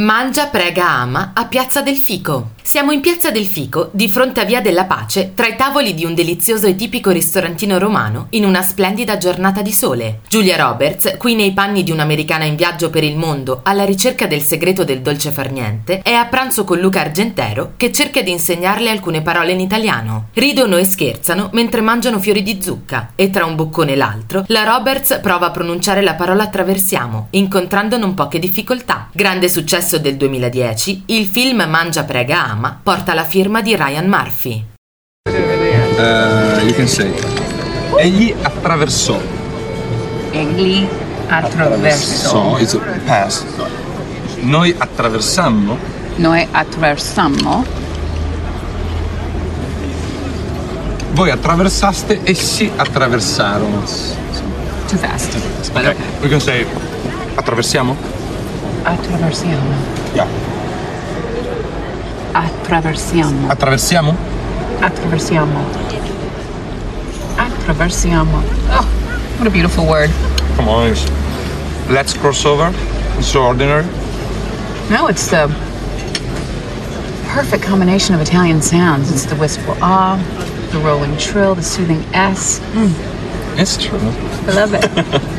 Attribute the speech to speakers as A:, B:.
A: Mangia, prega, ama a Piazza del Fico. Siamo in Piazza del Fico, di fronte a Via della Pace, tra i tavoli di un delizioso e tipico ristorantino romano, in una splendida giornata di sole. Giulia Roberts, qui nei panni di un'americana in viaggio per il mondo, alla ricerca del segreto del dolce far niente, è a pranzo con Luca Argentero, che cerca di insegnarle alcune parole in italiano. Ridono e scherzano mentre mangiano fiori di zucca, e tra un boccone e l'altro, la Roberts prova a pronunciare la parola attraversiamo, incontrando non poche difficoltà. Grande successo del 2010, il film Mangia, prega, ama porta la firma di Ryan Murphy.
B: Uh, you can say. Egli attraversò.
C: Egli
B: So,
C: attraversò.
B: it's a past. Noi attraversammo.
C: Noi attraversammo.
B: Voi attraversaste, essi attraversarono.
C: Too fast. But
B: Ok, we can say attraversiamo.
C: Attraversiamo.
B: Yeah.
C: Attraversiamo.
B: Attraversiamo?
C: Attraversiamo. Attraversiamo. Oh, what a beautiful word.
B: Come on. it's- Let's cross over. It's so ordinary.
C: No, it's the perfect combination of Italian sounds. It's the wistful ah, the rolling trill, the soothing S.
B: It's true.
C: I love it.